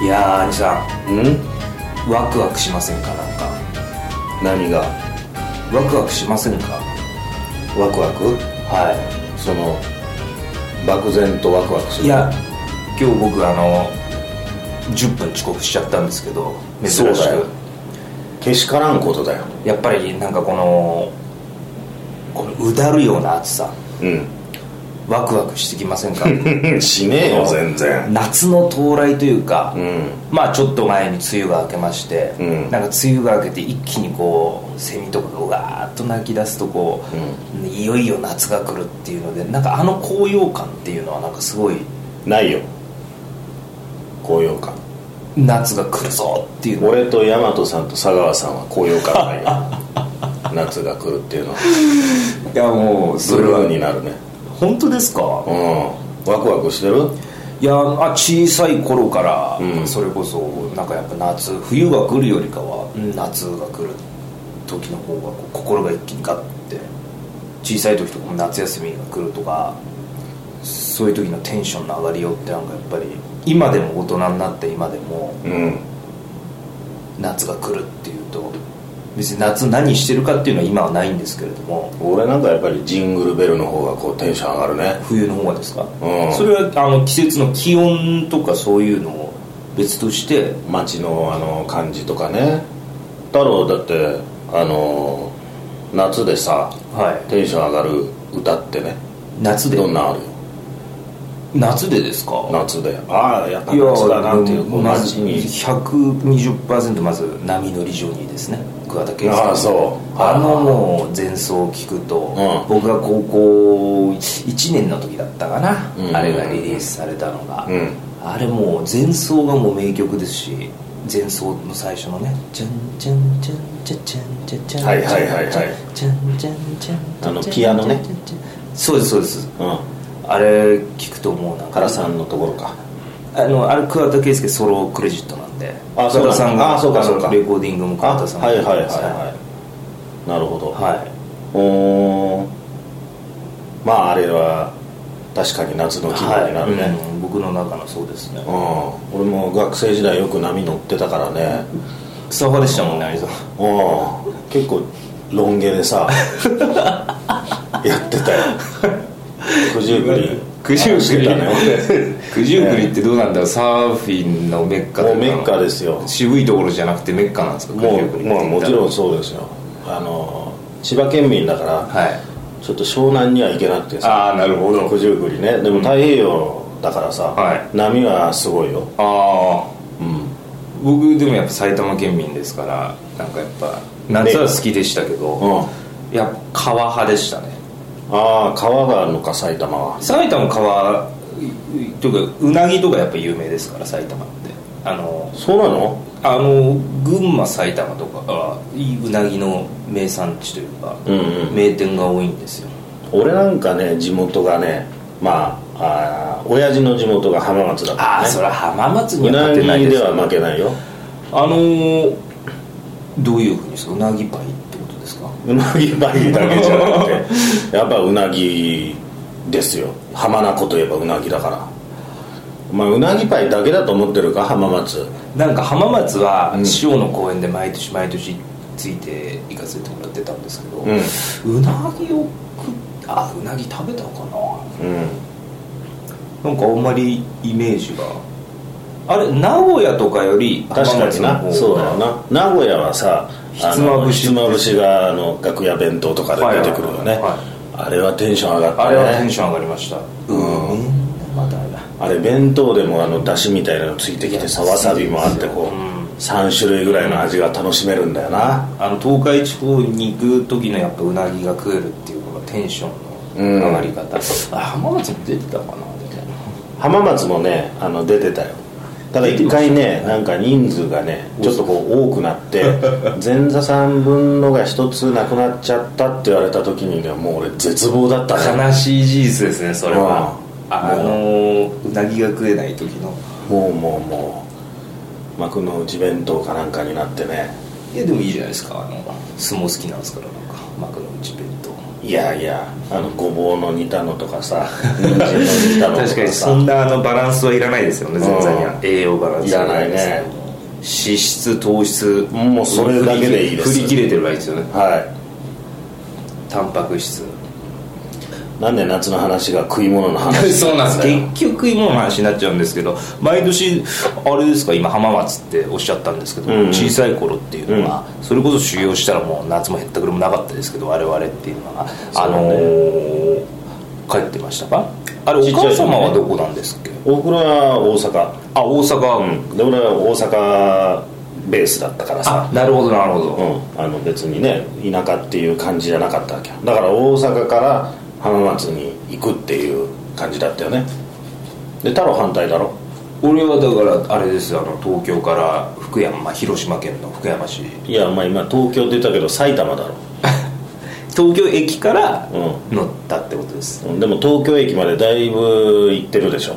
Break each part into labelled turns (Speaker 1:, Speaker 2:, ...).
Speaker 1: いやー兄さんワクワクしませんかなんか
Speaker 2: 何が
Speaker 1: ワクワクしませんか
Speaker 2: ワクワク
Speaker 1: は
Speaker 2: その漠然とワクワクす
Speaker 1: い
Speaker 2: る
Speaker 1: いや今日僕あの10分遅刻しちゃったんですけど珍
Speaker 2: そう
Speaker 1: し
Speaker 2: だよ
Speaker 1: く
Speaker 2: けしからんことだよ
Speaker 1: やっぱりなんかこのこのうだるような暑さ
Speaker 2: う
Speaker 1: ワクワクしてきません か
Speaker 2: んしねえよ全然
Speaker 1: 夏の到来というか、
Speaker 2: うん
Speaker 1: まあちょっと前に梅雨が明けまして、
Speaker 2: うん
Speaker 1: なんか梅雨が明けて一気にこうセミとかがうわーっと鳴き出すとこう、いよいよ夏が来るっていうのでなんかあの高揚感っていうのはなんかすごい
Speaker 2: ないよ高揚感
Speaker 1: 夏が来るぞっていうの
Speaker 2: 俺と大和さんと佐川さんは高揚感ないよ 夏が来るっていうのはい
Speaker 1: やもう
Speaker 2: ブルーになるね
Speaker 1: 本当ですか、
Speaker 2: うんワクワクしてる
Speaker 1: いやあ小さい頃から、
Speaker 2: うん
Speaker 1: それこそなんかやっぱ夏冬が来るよりかはうん夏が来る時の方がこう心が一気にガッて小さい時とかも夏休みが来るとかそういう時のテンションの上がりようってなんかやっぱり今でも大人になって今でも
Speaker 2: うん
Speaker 1: 夏が来るっていうと別に夏何してるかっていうのは今はないんですけれども
Speaker 2: 俺なんかやっぱりジングルベルの方がこうテンション上がるね
Speaker 1: 冬の方がですか、
Speaker 2: うん
Speaker 1: それはあの季節の気温とかそういうのを別として
Speaker 2: 街のあの感じとかね太郎だってあの夏でさ
Speaker 1: はい
Speaker 2: テンション上がる歌ってね
Speaker 1: 夏で
Speaker 2: どんなんあるよ
Speaker 1: 夏でですか
Speaker 2: 夏でああやった夏だなっていうこう
Speaker 1: ま
Speaker 2: 街
Speaker 1: ず
Speaker 2: に
Speaker 1: 120%まず波乗りジョニーですね桑田佳祐
Speaker 2: ああそう
Speaker 1: あのもう前奏を聞くと、
Speaker 2: うん
Speaker 1: 僕が高校1年の時だったかな、
Speaker 2: うん
Speaker 1: あれがリリースされたのが、
Speaker 2: うん
Speaker 1: あれもう前奏がもう名曲ですし前奏の最初のね「チャンチャンチャンチャチャンチャチャン」
Speaker 2: はいはいはいはい
Speaker 1: チャンチャンチャンチャン
Speaker 2: あのピアノね
Speaker 1: そうですそうです
Speaker 2: うん
Speaker 1: あれ聞くともうなんか
Speaker 2: 原さんのところか
Speaker 1: あのあれ桑田佳祐ソロクレジットなんで
Speaker 2: あそう
Speaker 1: 桑田
Speaker 2: なんだ
Speaker 1: さんが
Speaker 2: あそうか
Speaker 1: の
Speaker 2: そうか
Speaker 1: レコーディングも桑田さんが
Speaker 2: はいはいはいはいなるほど、
Speaker 1: はい
Speaker 2: おーまああれは確かに夏の気分になるね、
Speaker 1: はいうん僕の中のそうですね
Speaker 2: うん、俺も学生時代よく波乗ってたからね
Speaker 1: 草葉でしたもんね有さん
Speaker 2: うん結構ロン毛で さやってたよ九十九里してた ね
Speaker 1: 九十九里ってどうなんだろうサーフィンのメッカ
Speaker 2: 俺
Speaker 1: と
Speaker 2: も
Speaker 1: いう
Speaker 2: う
Speaker 1: か
Speaker 2: メッカですよ
Speaker 1: 渋いところじゃなくてメッカなんですか
Speaker 2: も
Speaker 1: 九十九里っ
Speaker 2: う
Speaker 1: て
Speaker 2: まあもちろんそうですよあの千葉県民だから、
Speaker 1: はい
Speaker 2: ちょっと湘南には行けなくてさ
Speaker 1: ああなるほど
Speaker 2: 九十九里ねでも太平洋だからさ、
Speaker 1: はい
Speaker 2: 波はすごいよ
Speaker 1: ああ
Speaker 2: うん
Speaker 1: 僕でもやっぱ埼玉県民ですからなんかやっぱ夏は好きでしたけど、
Speaker 2: うん
Speaker 1: やっぱ川派でしたね
Speaker 2: ああ川があるのか埼玉は
Speaker 1: 埼玉川というかうなぎとかやっぱ有名ですから埼玉ってあの
Speaker 2: そうなの
Speaker 1: あの群馬埼玉とかはうなぎの名産地というか、
Speaker 2: うんうん
Speaker 1: 名店が多いんですよ
Speaker 2: 俺なんかね地元がねまああー親父の地元が浜松だった
Speaker 1: ああ、
Speaker 2: ね
Speaker 1: それは浜松に
Speaker 2: う
Speaker 1: は
Speaker 2: な
Speaker 1: 勝てない
Speaker 2: ぎ
Speaker 1: で
Speaker 2: ですは負けないよ
Speaker 1: あのーどういうふうにですかうなぎパイってことですか
Speaker 2: うなぎばいだけじゃなくてやっぱうなぎですよ浜名湖といえばうなぎだからお前うなぎパイだけだと思ってるか浜松
Speaker 1: なんか浜松は
Speaker 2: うん
Speaker 1: 塩の公園で毎年毎年ついて行かせてもらってたんですけど、
Speaker 2: うん
Speaker 1: うなぎを食っあうなぎ食べたかな
Speaker 2: うん
Speaker 1: なんかあんまりイメージがあれ名古屋とかより浜
Speaker 2: 確か
Speaker 1: 松
Speaker 2: に
Speaker 1: の
Speaker 2: な
Speaker 1: 方
Speaker 2: そうだ
Speaker 1: が
Speaker 2: よな名古屋はさあの
Speaker 1: ひつまぶし
Speaker 2: ひつまぶしがあの楽屋弁当とかで出てくるよね、
Speaker 1: はいはいはい
Speaker 2: あれはテンション上がったね
Speaker 1: あれはテンション上がりました
Speaker 2: うん
Speaker 1: うんまたあれだ
Speaker 2: あれ弁当でもあの出汁みたいなのついてきてさわさびもあってこう3種類ぐらいの味が楽しめるんだよな
Speaker 1: あの東海地方に行く時のやっぱうなぎが食えるっていうのがテンションの上がり方、あ浜松に出てたかなでも
Speaker 2: 浜松もねあの出てたよただ一回ねなんか人数がねちょっとこう多くなって 前座さん分のが一つなくなっちゃったって言われた時にねもう俺絶望だったね
Speaker 1: 悲しい事実ですねそれは
Speaker 2: うん
Speaker 1: あのーうなぎが食えない時の
Speaker 2: もうもうもう幕の内弁当かなんかになってね
Speaker 1: いやでもいいじゃないですかあの相撲好きなんですからなんか幕の内弁当
Speaker 2: いやいやあのごぼうの煮たのとかさ人参の煮たのとか
Speaker 1: 確
Speaker 2: さ
Speaker 1: かにそんなあのバランスはいらないですよね全体には
Speaker 2: うん
Speaker 1: 栄養バランス
Speaker 2: いらないね
Speaker 1: ですけども脂質糖質
Speaker 2: もうそれだけでいいです
Speaker 1: 振り切れてる場合ですよね
Speaker 2: は
Speaker 1: タンパク質
Speaker 2: いなんで夏の話が食い物の話
Speaker 1: そうなん
Speaker 2: だよ
Speaker 1: 結局今の話になっちゃうんですけど毎年あれですか今浜松っておっしゃったんですけど、
Speaker 2: うん
Speaker 1: 小さい頃っていうのは、それこそ修行したらもう夏もへったくれもなかったですけど我々っていうのは、あのー帰ってましたかあれお
Speaker 2: ちっちゃい
Speaker 1: 母
Speaker 2: 時ね
Speaker 1: 様はどこなんですっけ
Speaker 2: 大倉は大阪
Speaker 1: あ大阪、
Speaker 2: うんで俺は大阪ベースだったからさ
Speaker 1: あなるほどなるほど、
Speaker 2: うん、あの別にね田舎っていう感じじゃなかったわけよだから大阪から浜松に行くっていう感じだったよねで太郎反対だろ
Speaker 1: 俺はだからあれですあの東京から福山、まあ、広島県の福山市
Speaker 2: いやまあ今東京って言ったけど埼玉だろ、
Speaker 1: 東京駅から
Speaker 2: う
Speaker 1: 乗ったってことです、
Speaker 2: うん、でも東京駅までだいぶ行ってるでしょ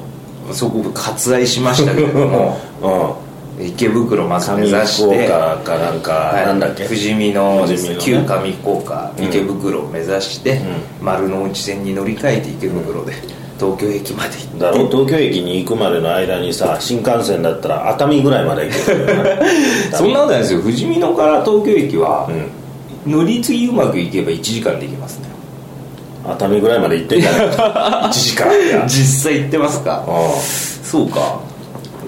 Speaker 1: そこ割愛しましたけれども
Speaker 2: う
Speaker 1: 池袋まず
Speaker 2: ん
Speaker 1: 目指し
Speaker 2: 上
Speaker 1: て
Speaker 2: 福岡かなんか、
Speaker 1: はい
Speaker 2: なんだっけ
Speaker 1: 富士見の
Speaker 2: 富士見のね
Speaker 1: 旧上福岡
Speaker 2: うん
Speaker 1: 池袋を目指して、
Speaker 2: う
Speaker 1: 丸の内線に乗り換えて池袋で東京駅まで行って
Speaker 2: だろ東京駅に行くまでの間にさ新幹線だったら熱海ぐらいまで行けるよね
Speaker 1: そんなことないですよ富士見野から東京駅は
Speaker 2: う、ん
Speaker 1: 乗り継ぎうまくいけば1時間で行けますね
Speaker 2: 熱海ぐらいまで行ってんじゃない1時間 いや
Speaker 1: 実際行ってますか
Speaker 2: う
Speaker 1: そうか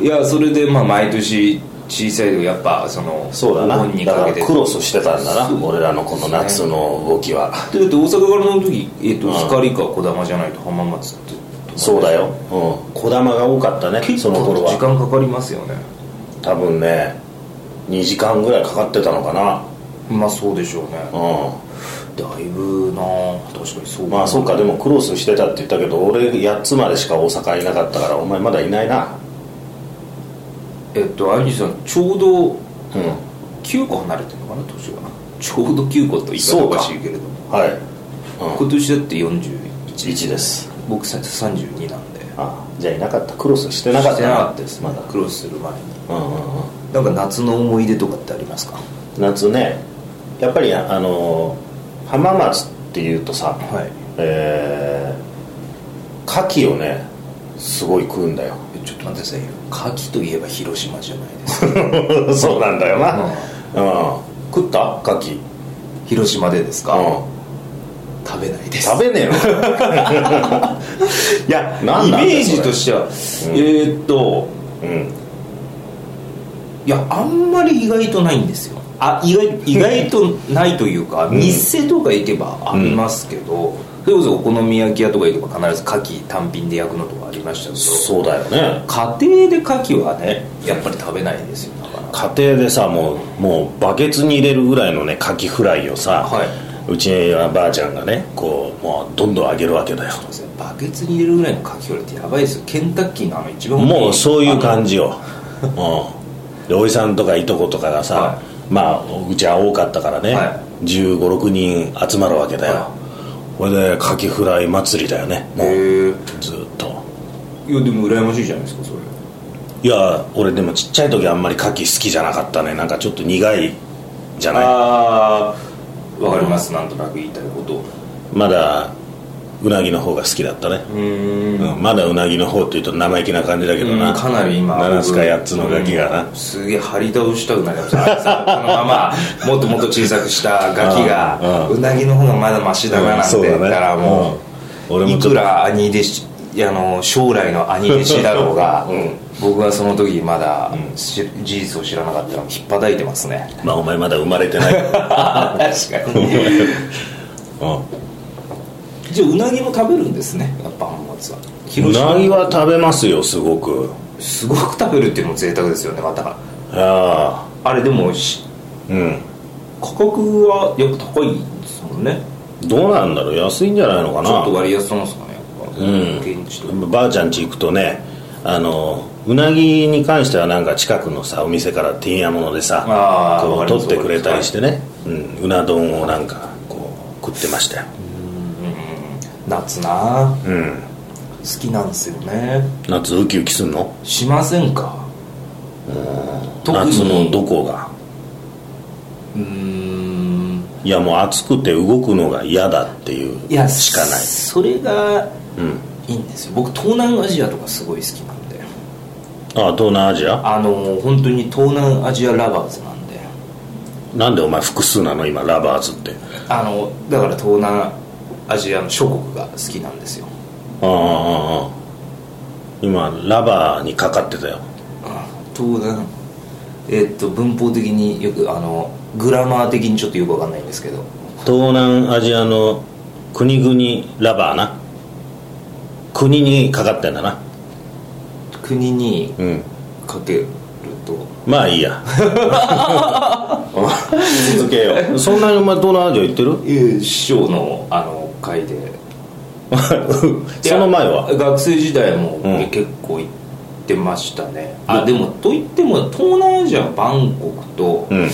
Speaker 1: いやそれでまあ毎年小さい時やっぱその
Speaker 2: んそうだな
Speaker 1: お盆に
Speaker 2: だ
Speaker 1: か
Speaker 2: か
Speaker 1: け
Speaker 2: ら
Speaker 1: て
Speaker 2: クロスしてたんだ
Speaker 1: そう
Speaker 2: な俺らのこの夏の動きは
Speaker 1: でだって大阪からの時、えっと
Speaker 2: うん
Speaker 1: 光か児玉じゃないと浜松って
Speaker 2: そうだようん児玉が多かったね
Speaker 1: 結
Speaker 2: そ
Speaker 1: 構
Speaker 2: の頃
Speaker 1: 時
Speaker 2: は
Speaker 1: 間かかりますよね
Speaker 2: 多分ね2時間ぐらいかかってたのかな
Speaker 1: まあそうでしょうね
Speaker 2: う
Speaker 1: だいぶな確かにそうん
Speaker 2: まあそうかでもクロスしてたって言ったけど俺8つまでしか大阪いなかったからお前まだいないな
Speaker 1: えっとあゆじさんちょうど
Speaker 2: うん
Speaker 1: 9個離れてるのかな年がちょうど9個と言い方おかしいけれども
Speaker 2: はい、
Speaker 1: 今年だって41
Speaker 2: 1です
Speaker 1: 僕さ32なんで
Speaker 2: あじゃあいなかったクロスしてなかった
Speaker 1: してなかったです
Speaker 2: まだ
Speaker 1: クロスする前に
Speaker 2: うんうんうん
Speaker 1: なんか夏の思い出とかってありますか
Speaker 2: 夏ねやっぱりあの浜松っていうとさ、
Speaker 1: はい
Speaker 2: えー、牡蠣をねすごい食うんだよ
Speaker 1: えちょっと待ってくださいよ牡蠣といえば広島じゃないですか
Speaker 2: そうなんだよな、
Speaker 1: う
Speaker 2: うん食った牡蠣
Speaker 1: 広島でですか、
Speaker 2: うん
Speaker 1: 食べないです
Speaker 2: 食べねえの
Speaker 1: いや
Speaker 2: なんなんだ
Speaker 1: イメージとしては、えーっと
Speaker 2: うん
Speaker 1: いやあんまり意外とないんですよあ意 外意外とないというか、
Speaker 2: うん
Speaker 1: 店とか行けばありますけど、それこそお好み焼き屋とか行けば必ず牡蠣単品で焼くのとかありましたけど
Speaker 2: そうだよね
Speaker 1: 家庭で牡蠣はねやっぱり食べないですよだから
Speaker 2: 家庭でさもうもうバケツに入れるぐらいのね牡蠣フライをさ、
Speaker 1: はいう
Speaker 2: ちはばあちゃんがねこうもうどんどん揚げるわけだよ
Speaker 1: バケツに入れるぐらいの牡蠣フライってやばいですよケンタッキーのあの一番大き
Speaker 2: もうそういう
Speaker 1: あの
Speaker 2: 感じよ、うん、でおじさんとかいとことかがさ、
Speaker 1: は
Speaker 2: まあうちは多かったからね、
Speaker 1: は
Speaker 2: 1 5 6人集まるわけだよ、
Speaker 1: は
Speaker 2: これでカキフライ祭りだよねもう
Speaker 1: へえ
Speaker 2: ずっと
Speaker 1: いやでも羨ましいじゃないですかそれ
Speaker 2: いや俺でもちっちゃい時あんまりカキ好きじゃなかったねなんかちょっと苦いじゃない
Speaker 1: ああわかりますなんとなく言いたいこと
Speaker 2: まだうなぎの方が好きだったね、
Speaker 1: うーん
Speaker 2: うんまだうなぎの方っていうと生意気な感じだけどな、
Speaker 1: かなり今
Speaker 2: 7つか8つのガキがな、
Speaker 1: うんすげえ張り倒したうなぎがこのままもっともっと小さくしたガキが
Speaker 2: うん
Speaker 1: うなぎの方がまだマシだななんて
Speaker 2: うんそうだ
Speaker 1: 言
Speaker 2: ね
Speaker 1: ったらも
Speaker 2: うん
Speaker 1: う
Speaker 2: 俺もちょ
Speaker 1: い
Speaker 2: っと
Speaker 1: くら兄弟子いやあの将来の兄弟子だろうが
Speaker 2: うん
Speaker 1: 僕はその時まだし事実を知らなかったら引っ叩いてますね
Speaker 2: まあお前まだ生まれてな い、うん、
Speaker 1: 確か にじゃあうなぎも食べるんですねやっぱ浜松は
Speaker 2: う
Speaker 1: 広島
Speaker 2: なぎは食べますよすごく
Speaker 1: すごく食べるっていうのも贅沢ですよねまた
Speaker 2: ああ
Speaker 1: あれでもし
Speaker 2: うん
Speaker 1: 価格はやっぱ高いですもんね
Speaker 2: どうなんだろう安いんじゃないのか
Speaker 1: ちょっと
Speaker 2: な
Speaker 1: 割安なんですかねやっぱ、
Speaker 2: うん
Speaker 1: 現地と
Speaker 2: ばあちゃん家行くとねあのうなぎに関してはなんか近くのさお店からてんやものでさ
Speaker 1: あー
Speaker 2: こ
Speaker 1: わか
Speaker 2: う
Speaker 1: りま
Speaker 2: 取
Speaker 1: す
Speaker 2: ってくれたりしてね、うん、うな丼をなんかこう食ってましたよ
Speaker 1: 夏なあ
Speaker 2: うん
Speaker 1: 好きなんですよね
Speaker 2: 夏ウキウキすんの
Speaker 1: しませんか特に
Speaker 2: 夏のどこが
Speaker 1: うーん
Speaker 2: いやもう暑くて動くのが嫌だっていう
Speaker 1: いや
Speaker 2: しかない
Speaker 1: それが
Speaker 2: うん
Speaker 1: いいんですよ僕東南アジアとかすごい好きなんで
Speaker 2: あ東南アジア
Speaker 1: あの本当に東南アジアラバーズなんで
Speaker 2: なんでお前複数なの今ラバーズって
Speaker 1: あのだから東南アジアの諸国が好きなんですよ、
Speaker 2: ああああ今ラバーにかかってたよ
Speaker 1: 東南えっと文法的によくあのグラマー的にちょっとよくわかんないんですけど
Speaker 2: 東南アジアの国々ラバーな国にかかってんだな
Speaker 1: 国に
Speaker 2: うん
Speaker 1: かけると
Speaker 2: まあいいや続けよう そんなにお前東南アジア行ってる
Speaker 1: えー師匠のあの会で
Speaker 2: その前
Speaker 1: いや
Speaker 2: は
Speaker 1: 学生時代も
Speaker 2: うん
Speaker 1: 結構行ってましたね、あでもといっても東南アジアはバンコクと
Speaker 2: うん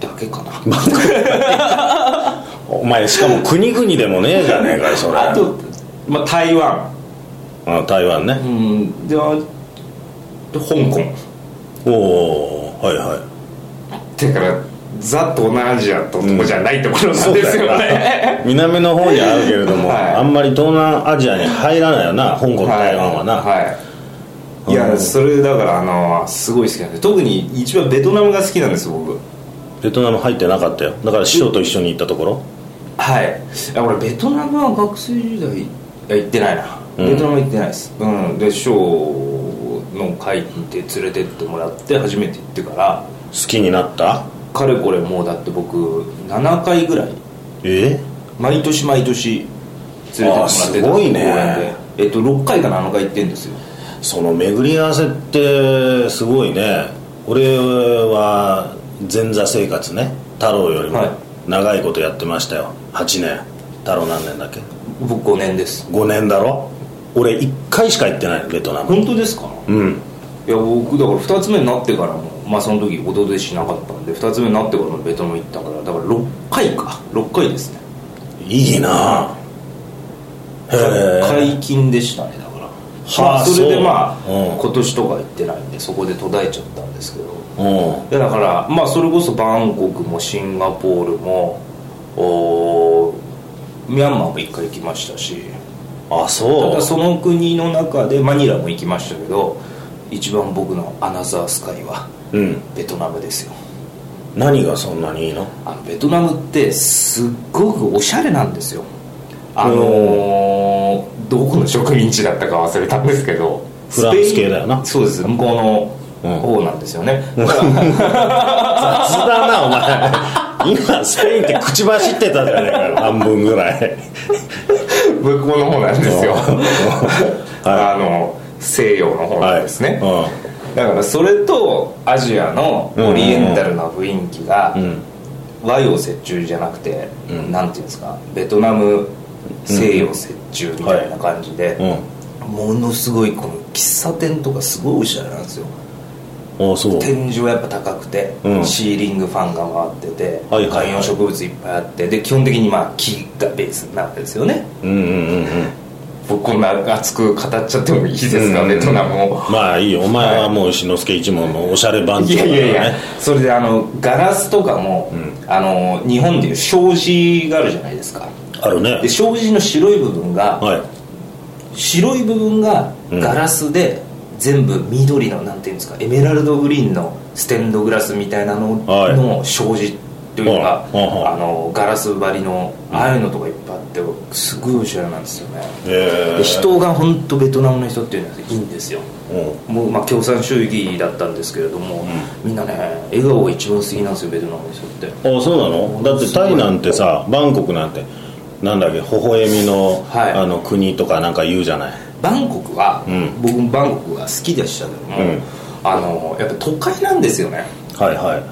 Speaker 1: だけかな、
Speaker 2: お前しかも国々でもねえじゃねえかよそれ
Speaker 1: あと、まあ、台湾
Speaker 2: あ台湾
Speaker 1: う
Speaker 2: ね
Speaker 1: んであで香港
Speaker 2: おおはいは
Speaker 1: だからザ・東南アジアとこじゃないところなんですよ
Speaker 2: そうだ
Speaker 1: ね、
Speaker 2: い南の方にあるけれども、
Speaker 1: はい
Speaker 2: あんまり東南アジアに入らない よな香港と台湾はな、
Speaker 1: はい、
Speaker 2: うん
Speaker 1: いやそれだからあのすごい好きなんで特に一番ベトナムが好きなんです僕
Speaker 2: ベトナム入ってなかったよだから師匠と一緒に行ったところ
Speaker 1: はいいや俺ベトナムは学生時代いや行ってないな、
Speaker 2: うん
Speaker 1: ベトナム行ってないですうんでショーの会で連れてってもらって初めて行ってから
Speaker 2: 好きになった
Speaker 1: かれこれもうだって僕7回ぐらい
Speaker 2: え
Speaker 1: 毎年毎年連れてってもらってた
Speaker 2: あーすごいね
Speaker 1: 公園でえっと6回か7回行ってんですよ
Speaker 2: その巡り合わせってすごいね俺は前座生活ね太郎よりも
Speaker 1: はい
Speaker 2: 長いことやってましたよ8年太郎何年だっけ
Speaker 1: 僕5年です
Speaker 2: 5年だろ俺1回しか行ってないのベトナム
Speaker 1: 本当ですか
Speaker 2: うん
Speaker 1: いや僕だから2つ目になってからもまあその時お弟子しなかったんで2つ目になってからもベトナム行ったからだから6回か6回ですね
Speaker 2: いいなへえ
Speaker 1: 解禁でしたねだから、
Speaker 2: あ
Speaker 1: まあ、それ
Speaker 2: そ
Speaker 1: で
Speaker 2: う
Speaker 1: まあ、
Speaker 2: うん
Speaker 1: 今年とか行ってないんでそこで途絶えちゃったんですけど
Speaker 2: うん
Speaker 1: いやだからまあそれこそバンコクもシンガポールもおーミャンマーも一回行きましたし
Speaker 2: あ
Speaker 1: た
Speaker 2: そ
Speaker 1: だ
Speaker 2: う
Speaker 1: その国の中でマニラも行きましたけど一番僕のアナザースカイは
Speaker 2: うん
Speaker 1: ベトナムですよ
Speaker 2: 何がそんなにいいの
Speaker 1: あのベトナムってすっごくおしゃれなんですよあのーどこの植民地だったか忘れたんですけど
Speaker 2: フランス系だよな
Speaker 1: スペインそうです向こう
Speaker 2: うん
Speaker 1: の方なんですよね、
Speaker 2: 雑だ なお前今スペインって口走ってたじゃねえかよ半分ぐらい
Speaker 1: 向こうの方なんですよ、
Speaker 2: うん
Speaker 1: あの西洋の方なんですね、
Speaker 2: はい
Speaker 1: だからそれとアジアのオリエンタルな雰囲気が
Speaker 2: うんうん
Speaker 1: 和洋折衷じゃなくて、
Speaker 2: うん
Speaker 1: なんていうんですかベトナム西洋折衷みたいな感じで、
Speaker 2: うん
Speaker 1: ものすごいこの喫茶店とかすごいおしゃれなんですよ
Speaker 2: あそう
Speaker 1: 天井やっぱ高くて、
Speaker 2: うん
Speaker 1: シーリングファンが回ってて、
Speaker 2: はいはいはい
Speaker 1: 観葉植物いっぱいあってで基本的にまあ木がベースなわけですよね
Speaker 2: うんうんうんうん
Speaker 1: 僕こんな熱く語っちゃってもいいですか、
Speaker 2: うん
Speaker 1: ベトナムを
Speaker 2: まあいいよお前はもう志の輔一門のおしゃれ番 長
Speaker 1: いや
Speaker 2: だから
Speaker 1: いやいや
Speaker 2: ね
Speaker 1: それであのガラスとかも、
Speaker 2: う
Speaker 1: あの日本でいう障子があるじゃないですか
Speaker 2: あるね
Speaker 1: で障子の白い部分が、
Speaker 2: はい
Speaker 1: 白い部分が
Speaker 2: うん
Speaker 1: ガラスで全部緑のなんていうんですかエメラルドグリーンのステンドグラスみたいなの
Speaker 2: はい
Speaker 1: の障子というか
Speaker 2: うんうんうん
Speaker 1: あのガラス張りのああいうのとかいっぱいあってすごいおしゃれなんですよね
Speaker 2: え
Speaker 1: で人が本当ベトナムの人っていうのはいいんですよ
Speaker 2: うん
Speaker 1: もうまあ共産主義だったんですけれどもみんなね笑顔が一番好きなんですよベトナムの人って
Speaker 2: あそうなのだってタイなんてさバンコクなんてなんだっけ微笑みの,、
Speaker 1: はい
Speaker 2: あの国とかなんか言うじゃない
Speaker 1: バンコクは
Speaker 2: うん
Speaker 1: 僕もバンコクが好きでしたけど
Speaker 2: うん
Speaker 1: もあのやっぱ都会なんですよね
Speaker 2: はいはい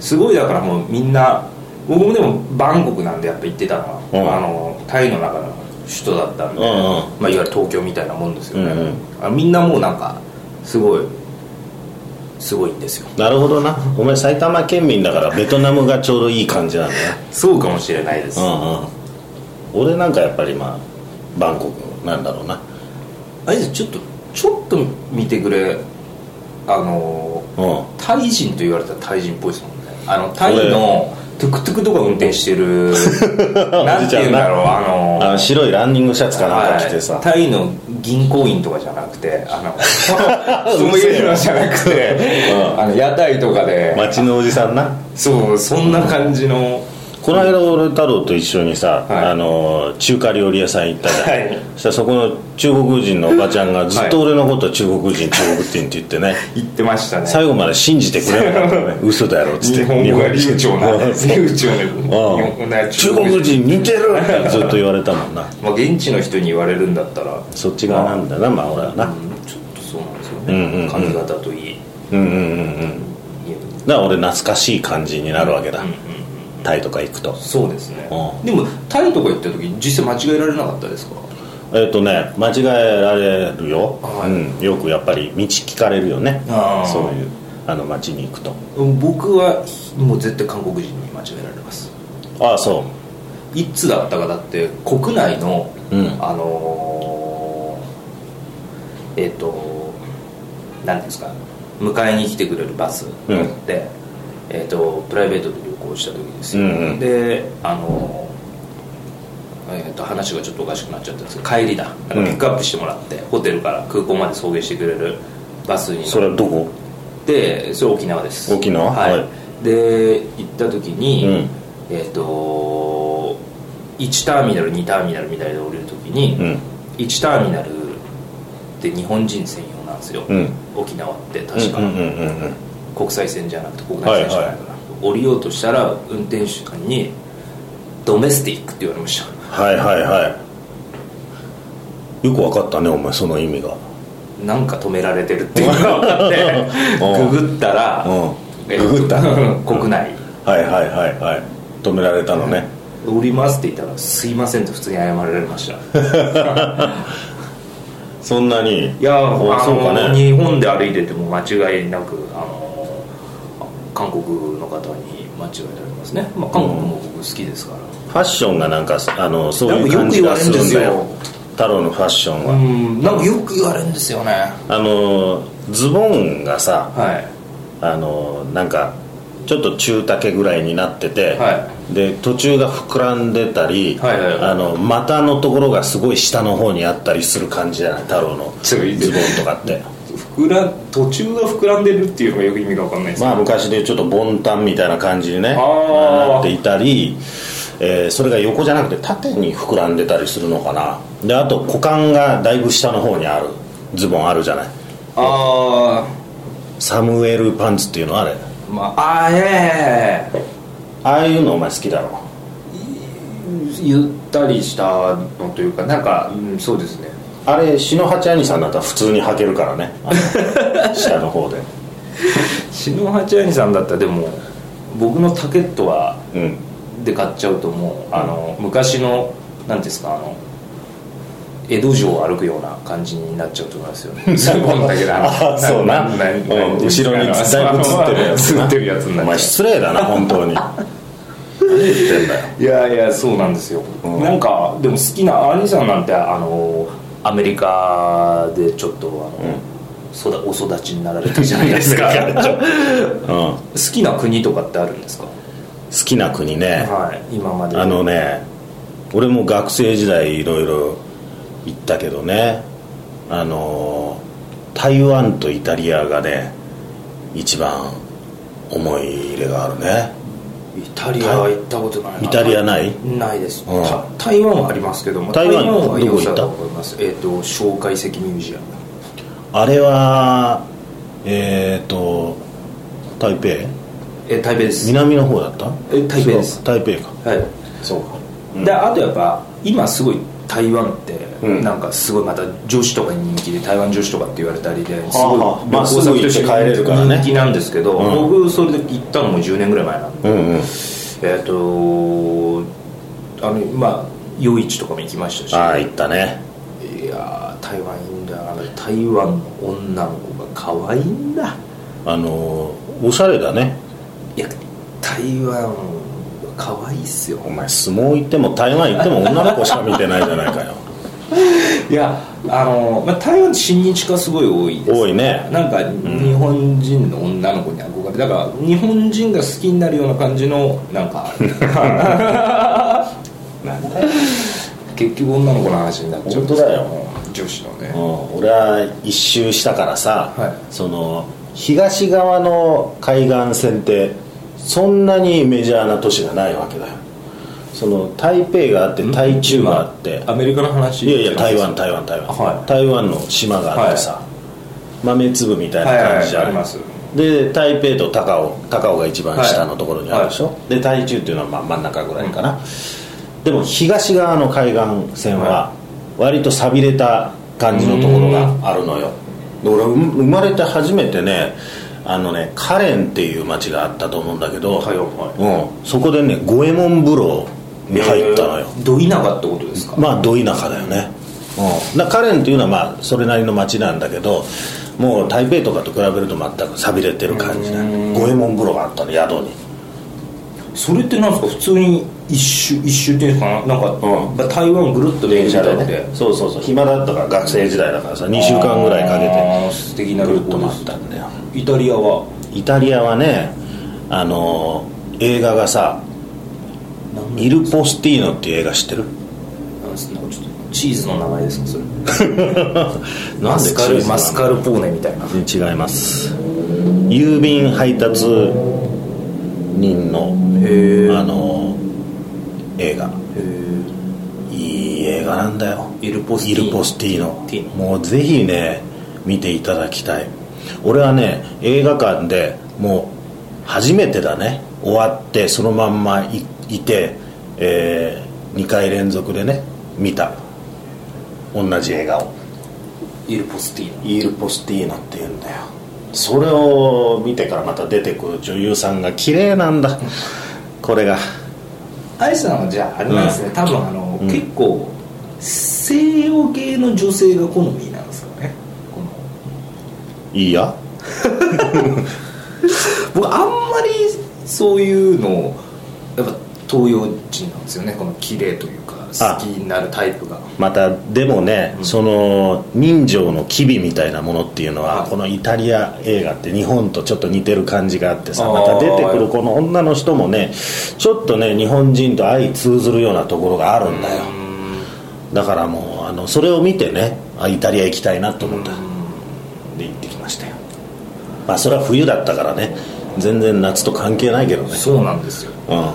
Speaker 1: すごいだからもうみんな僕もでもバンコクなんでやっぱ行ってたのは、
Speaker 2: うん
Speaker 1: あのタイの中の首都だったんで、
Speaker 2: うんう
Speaker 1: ま
Speaker 2: ん
Speaker 1: あ、いわゆる東京みたいなもんですよね、
Speaker 2: うんうん
Speaker 1: あみんなもうなんかすごいすごいんですよ
Speaker 2: なるほどなお前埼玉県民 だからベトナムがちょうどいい感じなんだね
Speaker 1: そうかもしれないです、
Speaker 2: うんうん俺なんかやっぱりまあバンコクなんだろうな
Speaker 1: あれですちょっとちょっと見てくれあの
Speaker 2: うん
Speaker 1: タイ人と言われたらタイ人っぽいですもんねあのタイのトゥクトゥクとか運転して るなんていうんだろうあの
Speaker 2: あの白いランニングシャツかなんか着て
Speaker 1: は
Speaker 2: さ
Speaker 1: いタイの銀行員とかじゃなくてあ のそういうのじゃなくて、あの屋台とかで、
Speaker 2: 街のおじさんな
Speaker 1: そうそんな感じの
Speaker 2: この間俺太郎と一緒にさ、
Speaker 1: はい
Speaker 2: あの中華料理屋さん行ったじゃん、
Speaker 1: はい
Speaker 2: そしたらそこの中国人のおばちゃんがずっと俺のことを中国人、中国人って言ってね
Speaker 1: 言ってましたね
Speaker 2: 最後まで信じてくれなかった ね嘘だろっつっ
Speaker 1: 日
Speaker 2: て
Speaker 1: 本語が流暢な
Speaker 2: うん
Speaker 1: 流暢な日本語
Speaker 2: う
Speaker 1: ね
Speaker 2: ん中国人似 てるってずっと言われたもんな
Speaker 1: まあ、現地の人に言われるんだったら
Speaker 2: そっち側なんだなまあ俺はな
Speaker 1: うんちょっとそうなんですよ
Speaker 2: うんうんう
Speaker 1: ね
Speaker 2: ん
Speaker 1: 髪型といい
Speaker 2: うんうんうんうん
Speaker 1: いいよね
Speaker 2: だから俺懐かしい感じになるわけだ、
Speaker 1: うんうん
Speaker 2: タイとか行くと
Speaker 1: そうですね
Speaker 2: うん
Speaker 1: でもタイとか行った時実際間違えられなかったですか
Speaker 2: えっ、とね間違えられるよ、
Speaker 1: はい
Speaker 2: うん、よくやっぱり道聞かれるよね
Speaker 1: あー
Speaker 2: そういうあの街に行くと
Speaker 1: 僕はもう絶対韓国人に間違えられます
Speaker 2: ああそ
Speaker 1: いつだったかだって国内の、
Speaker 2: うん
Speaker 1: あのーえっ、と何ですか迎えに来てくれるバス
Speaker 2: うん
Speaker 1: 乗って、えっ、とプライベートで旅行した時ですよ、
Speaker 2: うんうん
Speaker 1: であのーえーと話がちょっとおかしくなっちゃったんですけど帰りだあの
Speaker 2: うん
Speaker 1: ピックアップしてもらって、ホテルから空港まで送迎してくれるバスに
Speaker 2: う
Speaker 1: 乗っ
Speaker 2: それはどこ
Speaker 1: でそれ沖縄です
Speaker 2: 沖縄
Speaker 1: はい、
Speaker 2: は
Speaker 1: で行った時に、
Speaker 2: うん
Speaker 1: えっ、と1ターミナル2ターミナルみたいで降りる時に、
Speaker 2: うん
Speaker 1: 1ターミナルって日本人専用なんですよ、
Speaker 2: うん
Speaker 1: 沖縄って
Speaker 2: うん
Speaker 1: 確か、
Speaker 2: うんうんうんうん
Speaker 1: 国際線じゃなくて国内線じゃないから、降りようとしたら運転手さんに「ドメスティック」って言われました
Speaker 2: はいはいはいよく分かったねお前その意味が
Speaker 1: なんか止められてるっていうのが分かって
Speaker 2: うん
Speaker 1: ググったら、
Speaker 2: うん
Speaker 1: えっと
Speaker 2: ググった
Speaker 1: 国内
Speaker 2: はいはいはいはい止められたのね、
Speaker 1: 降りますって言ったら「すいません」と普通に謝られま した
Speaker 2: そんなに
Speaker 1: いやー
Speaker 2: お
Speaker 1: あ
Speaker 2: そうか
Speaker 1: の
Speaker 2: ね
Speaker 1: 日本で歩いてても間違いなくあの韓国の方に間違えられますね、まあ、韓国も僕好きですか
Speaker 2: ファッションがなんかあのそう
Speaker 1: なん
Speaker 2: いう
Speaker 1: かよ
Speaker 2: 感
Speaker 1: く
Speaker 2: じ
Speaker 1: 言わ
Speaker 2: が
Speaker 1: れる
Speaker 2: す
Speaker 1: んで
Speaker 2: るん
Speaker 1: す
Speaker 2: だ
Speaker 1: よ
Speaker 2: よ太郎のファッション
Speaker 1: らう
Speaker 2: は、
Speaker 1: んなんかよく言われるんですよね
Speaker 2: あのズボンがさ
Speaker 1: はい
Speaker 2: あのなんかちょっと中丈ぐらいになってて、
Speaker 1: は
Speaker 2: で途中が膨らんでたり、
Speaker 1: はいはいはい
Speaker 2: あの股のところがすごい下の方にあったりする感じじゃない太郎の
Speaker 1: ち
Speaker 2: ズ
Speaker 1: ょっ
Speaker 2: ボ
Speaker 1: といい
Speaker 2: ン
Speaker 1: です
Speaker 2: とかって
Speaker 1: 膨ら途中が膨らんでるっていうのがよく意味が分かんないです
Speaker 2: まあ昔でいうちょっとボンタンみたいな感じにね
Speaker 1: あー
Speaker 2: なっていたり、えーそれが横じゃなくて縦に膨らんでたりするのかなであと股間がだいぶ下の方にあるズボンあるじゃない
Speaker 1: あ
Speaker 2: サムエルパンツっていうのあれ
Speaker 1: ー、まあ、あーええ
Speaker 2: ああいうのお前好きだろ
Speaker 1: ゆったりしたのというかなんか、うん、そうですね
Speaker 2: あれ篠八兄さんだったら普通に履けるからね あの下の方で
Speaker 1: 篠八兄さんだったらでも僕のタケットは
Speaker 2: うん
Speaker 1: で買っちゃうともうあの昔の何ですかあの江戸城を歩くような感じになっちゃうと思いますよ ねズボンだけだ
Speaker 2: あそうな
Speaker 1: なな
Speaker 2: うん
Speaker 1: なんていうんですか
Speaker 2: 後ろにだいぶ映ってるや つ
Speaker 1: 映
Speaker 2: な
Speaker 1: ってるやつに
Speaker 2: お
Speaker 1: なっ
Speaker 2: 前
Speaker 1: ちゃ
Speaker 2: 失礼だな本当に何言ってんだよ
Speaker 1: ういやいやそうなんですよ、
Speaker 2: うん
Speaker 1: なんかでも好きな兄さんなんてあのアメリカでちょっとあの、そだお育ちになられてるじゃないですか
Speaker 2: アメリカでちょっ
Speaker 1: 好
Speaker 2: うん
Speaker 1: きな国とかってあるんですか
Speaker 2: 好きな国ね
Speaker 1: はい今まで
Speaker 2: あのね俺も学生時代いろいろ行ったけどねあの台湾とイタリアがね一番思い入れがあるね
Speaker 1: イタリアは行ったことないな
Speaker 2: イタリアない
Speaker 1: ないです、
Speaker 2: うん
Speaker 1: た台湾はありますけども
Speaker 2: 台湾
Speaker 1: は
Speaker 2: どこ行
Speaker 1: 良
Speaker 2: った
Speaker 1: さと思いますえっ、と蒋介石ミュージアム
Speaker 2: あれはえっ、と台北
Speaker 1: えー台北です
Speaker 2: 南の方だった
Speaker 1: え台北です
Speaker 2: そう台北か
Speaker 1: はい、
Speaker 2: そうか
Speaker 1: であとやっぱ今すごい台湾って、
Speaker 2: うん
Speaker 1: なんかすごいまた女子とかに人気で台湾女子とかって言われたりですごい
Speaker 2: はあはあまあ
Speaker 1: 旅行先として
Speaker 2: すぐ行って帰れるからね
Speaker 1: 人気なんですけど、
Speaker 2: うん
Speaker 1: 僕それで行ったのも10年ぐらい前なんで
Speaker 2: うんうん
Speaker 1: えっ、とあのまあ夜市とかも行きましたし
Speaker 2: ああ行ったね
Speaker 1: いやー台湾いいんだよあの台湾の女の子が可愛いんだ
Speaker 2: あのおしゃれだね
Speaker 1: いや台湾は可愛いっすよ
Speaker 2: お前相撲行っても台湾行っても女の子しか見てないじゃないかよ
Speaker 1: いやあの、まあ、台湾って親日家すごい多いです
Speaker 2: 多いね
Speaker 1: なんか日本人の女の子に憧れてだから日本人が好きになるような感じのなん かなんだ結局女の子の話になっちゃう
Speaker 2: 本当だよ
Speaker 1: 女子のね
Speaker 2: うん俺は一周したからさ、
Speaker 1: はい
Speaker 2: その東側の海岸線ってそんなにメジャーな都市がないわけだよその台北があって台中があって
Speaker 1: アメリカの話
Speaker 2: いやいや台湾台湾台湾、
Speaker 1: はい
Speaker 2: 台湾の島があってさ、豆粒みたいな感じじ
Speaker 1: は
Speaker 2: ゃ
Speaker 1: いはいはいあり
Speaker 2: な
Speaker 1: ま
Speaker 2: い
Speaker 1: す
Speaker 2: で台北と高尾高尾が一番下のところにあるでしょ、で台中っていうのはまあ真ん中ぐらいかな、でも東側の海岸線は
Speaker 1: は
Speaker 2: 割と寂れた感じのところがあるのよで俺う生まれて初めてねあのねカレンっていう町があったと思うんだけど、
Speaker 1: はいは
Speaker 2: うん、そこでね五右衛門風呂に入ったのよ、
Speaker 1: ど田舎ってことですか
Speaker 2: まあど田舎だよね、うん、だカレンというのはまあそれなりの町なんだけどもう台北とかと比べると全く寂れてる感じだ
Speaker 1: うん
Speaker 2: 五右衛門風呂があったの宿に
Speaker 1: それってなんですか普通に一周一周っていうんですかななんか、
Speaker 2: うん
Speaker 1: まあ台湾ぐるっと電車で
Speaker 2: そうそうそう暇だったから学生時代だからさ2週間ぐらいかけ
Speaker 1: けて素敵
Speaker 2: て
Speaker 1: な
Speaker 2: ぐ
Speaker 1: 旅
Speaker 2: るっと
Speaker 1: 行で
Speaker 2: 回
Speaker 1: す
Speaker 2: ったんだよ
Speaker 1: イタリアは
Speaker 2: イタリアはねあのー映画がさ「イル・ポスティーノ」っていう映画知ってる
Speaker 1: なんですなんかちょっとチーズの名前ですかそれ
Speaker 2: な
Speaker 1: マ
Speaker 2: んで
Speaker 1: スカルマスカルポーネみたいな
Speaker 2: 違います郵便配達人の
Speaker 1: へえ
Speaker 2: あの映画
Speaker 1: へ
Speaker 2: いい映画なんだよ
Speaker 1: イルポスティーノ
Speaker 2: イルポスティーノ
Speaker 1: ティーノ
Speaker 2: もうぜひね見ていただきたい俺はね映画館でもう初めてだね終わってそのまんまいいて、え2回連続でね見た同じ映画を
Speaker 1: イルポスティーノ
Speaker 2: イール・ポスティーノって言うんだよそれを見てからまた出てくる女優さんが綺麗なんだこれが
Speaker 1: アイスさんはじゃああれなんですね、多分あの、
Speaker 2: うん
Speaker 1: 結構西洋系の女性が好みなんですかねこの
Speaker 2: いいや
Speaker 1: 僕あんまりそういうのやっぱ東洋人なんですよねこの綺麗というか
Speaker 2: あ
Speaker 1: 好きになるタイプが
Speaker 2: またでもね、
Speaker 1: うん
Speaker 2: その人情の機微みたいなものっていうのは、
Speaker 1: はい
Speaker 2: このイタリア映画って日本とちょっと似てる感じがあってさ
Speaker 1: あー
Speaker 2: また出てく
Speaker 1: は
Speaker 2: る
Speaker 1: い
Speaker 2: この女の人もねちょっとね日本人と相通ずるようなところがあるんだよ、だからもうあのそれを見てねあイタリア行きたいなと思った、で行ってきましたよまあそれは冬だったからね全然夏と関係ないけどね
Speaker 1: そうなんですよ
Speaker 2: うん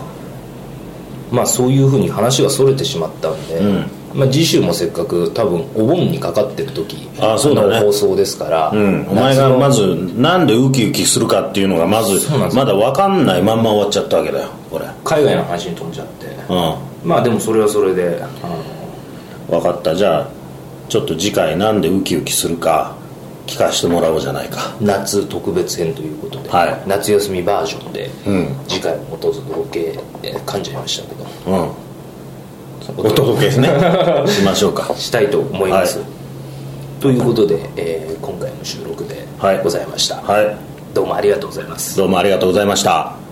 Speaker 1: まあそういうふうに話がそれてしまったんで、
Speaker 2: うん
Speaker 1: まあ、次週もせっかく多分お盆にかかってる時
Speaker 2: あそうだね
Speaker 1: の放送ですから、
Speaker 2: うん、お前が
Speaker 1: 夏の
Speaker 2: まずなんでウキウキするかっていうのがまず
Speaker 1: そうなんです
Speaker 2: ま
Speaker 1: よ
Speaker 2: だ分かんないまんま終わっちゃったわけだよこれ
Speaker 1: 海外の話に飛んじゃって、
Speaker 2: う
Speaker 1: まあでもそれはそれであの
Speaker 2: ん分かったじゃあちょっと次回なんでウキウキするか聞かしてもらおうじゃないか
Speaker 1: 夏特別編ということで、
Speaker 2: はい
Speaker 1: 夏休みバージョンで、
Speaker 2: うん
Speaker 1: 次回もお届けえー噛んじゃいましたけど
Speaker 2: うんお届けですねしましょうか
Speaker 1: したいと思います、
Speaker 2: はい
Speaker 1: ということで、えー今回の収録で
Speaker 2: はい
Speaker 1: ございました、
Speaker 2: はい
Speaker 1: どうもありがとうございます
Speaker 2: どうもありがとうございました